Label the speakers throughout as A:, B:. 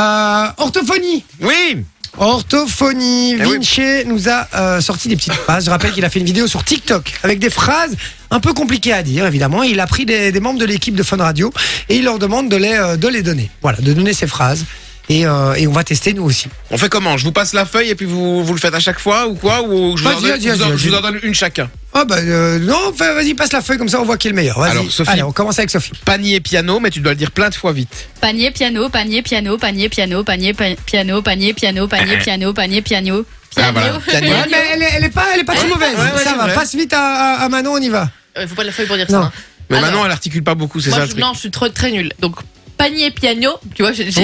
A: Euh, orthophonie.
B: Oui.
A: Orthophonie.
B: Eh oui.
A: Vinci nous a euh, sorti des petites phrases. Je rappelle qu'il a fait une vidéo sur TikTok avec des phrases un peu compliquées à dire, évidemment. Il a pris des, des membres de l'équipe de Fun Radio et il leur demande de les, euh, de les donner. Voilà, de donner ces phrases. Et, euh, et on va tester nous aussi.
B: On fait comment Je vous passe la feuille et puis vous, vous le faites à chaque fois ou quoi Ou je vous,
A: Vas-y,
B: en donne,
A: vas-y,
B: je vous en-
A: vas-y,
B: je vous en
A: vas-y.
B: donne une chacun.
A: Ah bah euh, non, fa- vas-y, passe la feuille comme ça on voit qui est le meilleur. Vas-y.
B: Alors, Sophie.
A: Allez, on commence avec Sophie.
B: Panier piano, mais tu dois le dire plein de fois vite.
C: Panier, piano, panier, piano, panier, piano, panier, pa- piano, panier, piano, panier, piano, panier, piano.
B: Ah, voilà.
C: Piano.
B: Piano.
A: Ouais, mais elle est, elle est pas, elle est pas trop mauvaise.
B: ouais,
A: ça
B: c'est
A: va.
B: vrai.
A: Passe vite à, à- à Manon, on y va.
D: Euh, faut pas de la feuille pour dire
A: Non.
D: ça. hein.
B: Mais
D: Alors.
B: maintenant, elle articule pas beaucoup, c'est
D: Moi,
B: ça le
D: je-
B: truc.
D: non, je suis trop, très nulle. Donc, panier piano, tu vois, j'ai j'ai-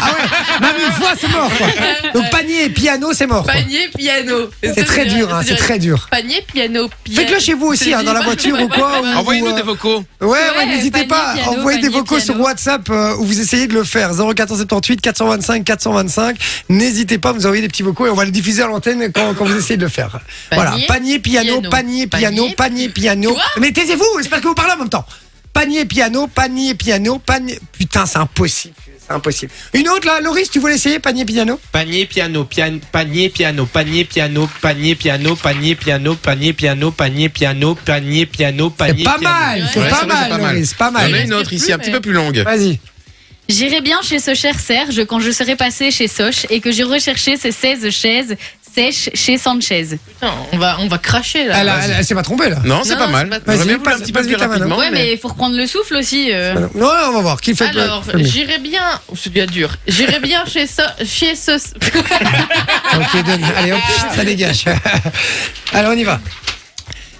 A: Ah ouais, même une fois c'est mort. Quoi. Donc panier et piano c'est
B: Bah,
A: mort. quoi.
D: panier piano.
A: C'est très dur, hein, c'est très dur.
D: Panier piano, piano.
A: Faites-le chez vous aussi,
D: C'est
A: hein, dans la
D: dur.
A: voiture ou quoi. ou-
B: Envoyez-nous
A: ou,
B: des
A: euh,
B: vocaux.
A: Ouais, ouais,
C: Ouais,
A: n'hésitez
C: panier,
A: pas.
C: piano,
A: Envoyez des
C: panier,
A: vocaux sur
C: piano.
A: WhatsApp euh, où vous essayez de le faire. 0478 425 425. N'hésitez pas, vous envoyez des petits vocaux et on va les diffuser à l'antenne quand, quand vous essayez de le faire.
D: Panier,
A: voilà. Panier, piano,
D: piano.
A: panier, piano,
D: Panier,
A: panier, piano.
D: Tu vois
A: Mais taisez-vous, j'espère que vous parlez en même temps. Panier, piano, panier, piano, panier. Putain, c'est impossible. C'est impossible. Une autre là, Loris, tu voulais essayer panier, piano
E: Panier piano, pian- panier piano, panier piano, panier piano, panier piano, panier piano, panier piano, panier piano,
A: C'est
E: panier
A: pas
E: piano.
A: mal, c'est
B: Ouais,
A: pas,
B: c'est vrai, c'est
A: mal,
B: pas mal.
A: Loris, pas
B: Il y en a
A: mal.
B: une autre ici, un petit peu plus longue.
A: Vas-y.
C: J'irai bien chez ce cher Serge quand je serai passé chez Soch et que j'ai recherché ces 16 chaises sèches chez Sanchez.
D: Putain, on va, on va cracher là.
A: Elle, a- elle, elle s'est pas trompée là.
B: Ah, Non, c'est
D: Non,
B: pas
D: c'est
B: mal.
D: pas-
B: J'aurais
A: Vas-y,
B: bien voulu
A: passe-
B: un petit
A: passe
B: peu plus
A: vite à Manon.
D: Bah
C: Ouais,
B: rapidement.
C: mais il faut reprendre le souffle aussi. euh.
A: Non, non, on va voir. Qui fait le-
D: Alors,
A: le mieux.
D: j'irai bien. Oh, C'est bien dur. J'irai bien chez ça, chez ce.
A: Ok, donne. Allez, hop, ça dégage. Allez, on y va.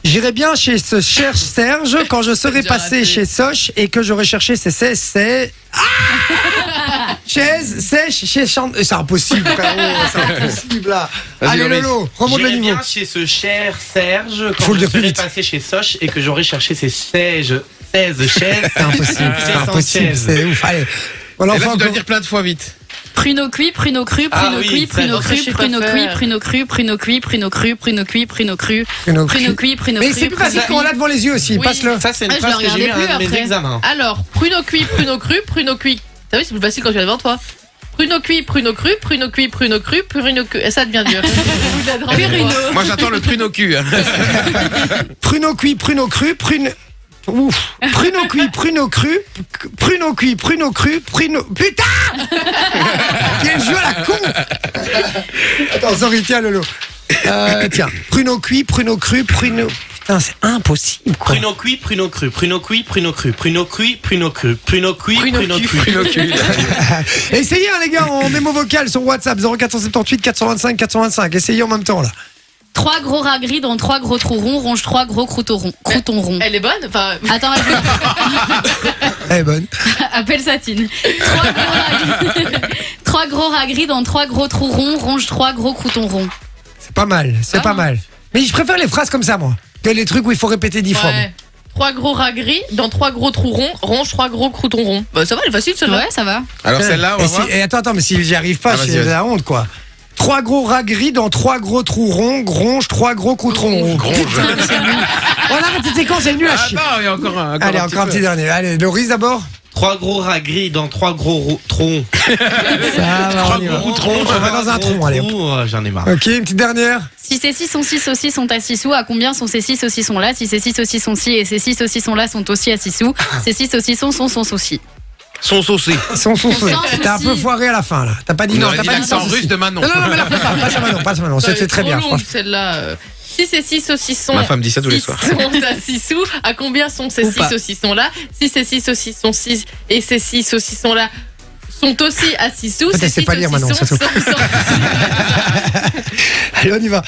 A: J'irai bien chez ce cher Serge quand je serai
D: Déjà
A: passé
D: raté.
A: chez Soch et que j'aurai cherché ses ses- ses- Ah Chaise sèche chez Chante. C'est impossible, frérot, c'est impossible là.
B: Vas-y,
A: Allez,
B: Loris.
A: Lolo, remonte le
E: J'irai
A: niveau.
E: bien chez ce cher Serge quand
A: Faut le
E: je
A: dire plus
E: serai
A: vite.
E: passé chez Soch et que j'aurai cherché ces 16, 16 chaises.
A: C'est impossible, c'est
E: Chez
A: impossible,
E: Sanchez.
A: c'est ouf. Allez, on
B: Et
A: l'en
B: là,
A: fait
B: tu dois le
A: encore.
B: dire plein de fois vite.
C: Pruneau cuit, pruneau cru,
E: Ah
C: pruneau
E: oui,
C: cuit,
E: très
C: pruneau
D: bon.
C: cru,
D: Je sais pas
C: pruneau cru,
D: faire.
C: pruneau cru, pruneau cru, pruneau cru, pruneau cuit, pruneau
A: Pruneau cuit.
C: cru, pruneau cuit, pruneau
A: Mais
C: cru.
A: c'est plus facile
C: pruneau
A: quand on
C: cuit.
A: l'a devant les yeux aussi.
D: Oui.
A: Passe-le.
E: Ça, c'est une
C: Ah, je
E: phrase
C: le
E: que j'ai eu à
C: regardais
E: un de
C: plus
E: mes
C: après.
E: examens.
D: Alors, pruneau cuit, pruneau cru, pruneau cuit. T'as vu, c'est plus facile quand tu l'as devant toi. Pruneau cuit, pruneau cru, pruneau cuit, pruneau cru, pruneau cru. Et ça devient dur. Vous la droguez, quoi.
B: Moi, j'attends le prune au cul. hein.
A: Pruneau cuit, pruneau cru, prune. Ouf. Pruneau cuit, pruneau cru, pruneau cuit, pruneau cru, pruneau. Putain Quel jeu à la con Attends, sorry, tiens, Lolo. Euh, tiens, pruneau cuit, pruneau cru, pruneau. Putain, c'est impossible, quoi.
E: Pruneau cuit, pruneau cru, pruneau cuit, pruneau cru, pruneau cuit, pruneau cru, pruneau cuit, pruneau cru.
A: Essayez, hein, les gars, en mémo vocal sur WhatsApp 0478 425 425. Essayez en même temps, là.
C: Trois gros rats gris dans trois gros trous ronds rongent trois gros croutons ronds. Croutons ronds.
D: Elle est bonne Enfin,
A: Ah,
C: Attends, je vais-
A: Elle est Eh, bonne.
C: Appelle Satine. Trois gros rats gris- Trois gros rats gris dans trois gros trous ronds rongent trois gros croutons ronds.
A: C'est pas mal, c'est
D: Ah.
A: pas mal. Mais je préfère les phrases comme ça, moi, que les trucs où il faut répéter dix fois. moi.
D: ouais. Trois gros rats gris dans trois gros trous ronds, ronge trois gros croutons ronds. Bah, ça va, elle est facile celle-là.
C: Ouais, ça va.
B: Alors, celle-là, on
A: et,
B: va
A: si-
B: voir.
A: et attends, attends, mais si j'y arrive pas,
B: Ah,
A: c'est
B: vas-y,
A: de la honte, quoi. Trois gros rats gris dans trois gros trous ronds, gronge, trois gros coutrons.
B: Gronge.
A: On arrête cette séquence, elle est nulle à
B: Ah,
A: chier.
B: non, il y a encore un.
A: Allez, encore un petit
B: peu.
A: dernier. Allez, Loris d'abord.
E: Trois gros rats gris dans trois gros ro- troncs.
A: Ça va,
E: Trois
A: on y va.
E: gros troncs.
A: On va dans un
E: trois
A: tronc,
E: gros
A: allez.
E: troncs. Oh, J'en ai marre.
A: Ok, une petite dernière.
C: Si ces 6 sont 6 aussi sont à 6 sous, à combien sont ces 6 aussi sont là Si ces 6 aussi sont 6 et ces 6 aussi sont là sont aussi à 6 sous, ces 6 aussi sont sont sont souci.
B: Son saucé.
A: Son son son.
C: Sans
A: T'as un
C: souci.
A: peu foiré à la fin, là. T'as pas dit
B: On
A: non,
B: aurait
A: t'as
B: dit
A: pas dit
B: l'accent
A: sans souci.
B: russe de Manon.
A: Non, non, non, mais la fais pas. Passe à Manon, passe à Manon.
D: Ça, elle est
A: C'était très
D: trop
A: bien,
D: longue,
A: franchement.
D: celle-là. euh. Si c'est 6 saucissons.
B: Ma femme dit ça tous les
D: six
B: soirs.
D: sont à 6 sous, à combien sont ces
C: Ou
D: 6
C: pas.
D: saucissons-là Si ces 6 saucissons 6 et ces 6 saucissons-là sont aussi à 6 sous,
A: Peut-être
D: ces
A: c'est
D: six
A: pas lire, Manon,
D: saucissons
A: ça
D: sont-
A: Allez, on y va.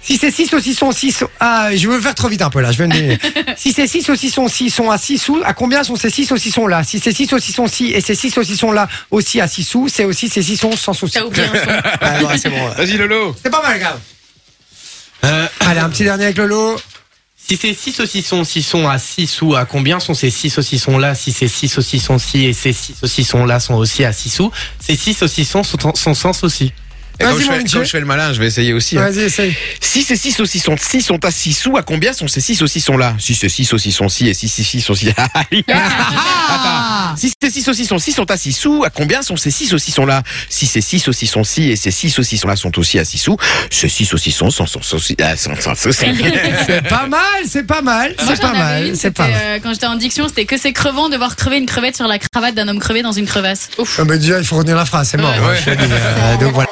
A: Si c'est 6 saucissons, 6. Ah, je veux me faire trop vite un peu là, je vais me dé- Si c'est 6 saucissons, 6 sont à 6 sous, à combien sont ces 6 saucissons là Si c'est 6 saucissons, 6 et ces 6 saucissons là aussi à 6 sous, c'est aussi ces 6 sont sans souci.
D: T'as oublié un son.
A: Ah, ouais, c'est bon. ouais.
B: Vas-y, Lolo.
A: C'est pas mal, grave.
E: Euh,
A: Allez, un petit dernier avec Lolo.
E: Si ces 6 saucissons, 6 sont à 6 ou à combien sont ces 6 saucissons là Si ces 6 saucissons, 6 et ces 6 saucissons là sont aussi à 6 sous, ces 6 saucissons sont, en- sont sans souci.
B: Et quand,
A: Vas-y,
B: je
A: mon
B: fais,
A: Vinci.
B: quand je fais le malin, je vais essayer aussi. hein.
A: Vas-y, essaye.
B: Si ces six saucissons ci sont à 6 sous, à combien sont ces six saucissons là Si ces six saucissons ci et si six six saucissons Attends. Si ces six saucissons ci sont à 6 sous, à combien sont ces six saucissons là Si ces six saucissons ci et ces six saucissons là sont aussi à 6 sous, ces six saucissons sont sont sont ah, sont sont saucissons.
A: C'est pas mal, c'est pas mal,
C: Moi,
A: c'est
C: j'en
A: pas
C: avais une,
A: mal, c'est
C: c'était,
A: pas mal.
C: euh, quand j'étais en diction, c'était que c'est crevant de voir crever une crevette sur la cravate d'un homme crevé dans une crevasse.
A: Ah, mais déjà, il faut retenir la phrase, c'est mort. hein, je te le dis, euh, donc voilà.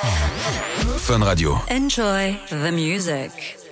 F: Enjoy the music.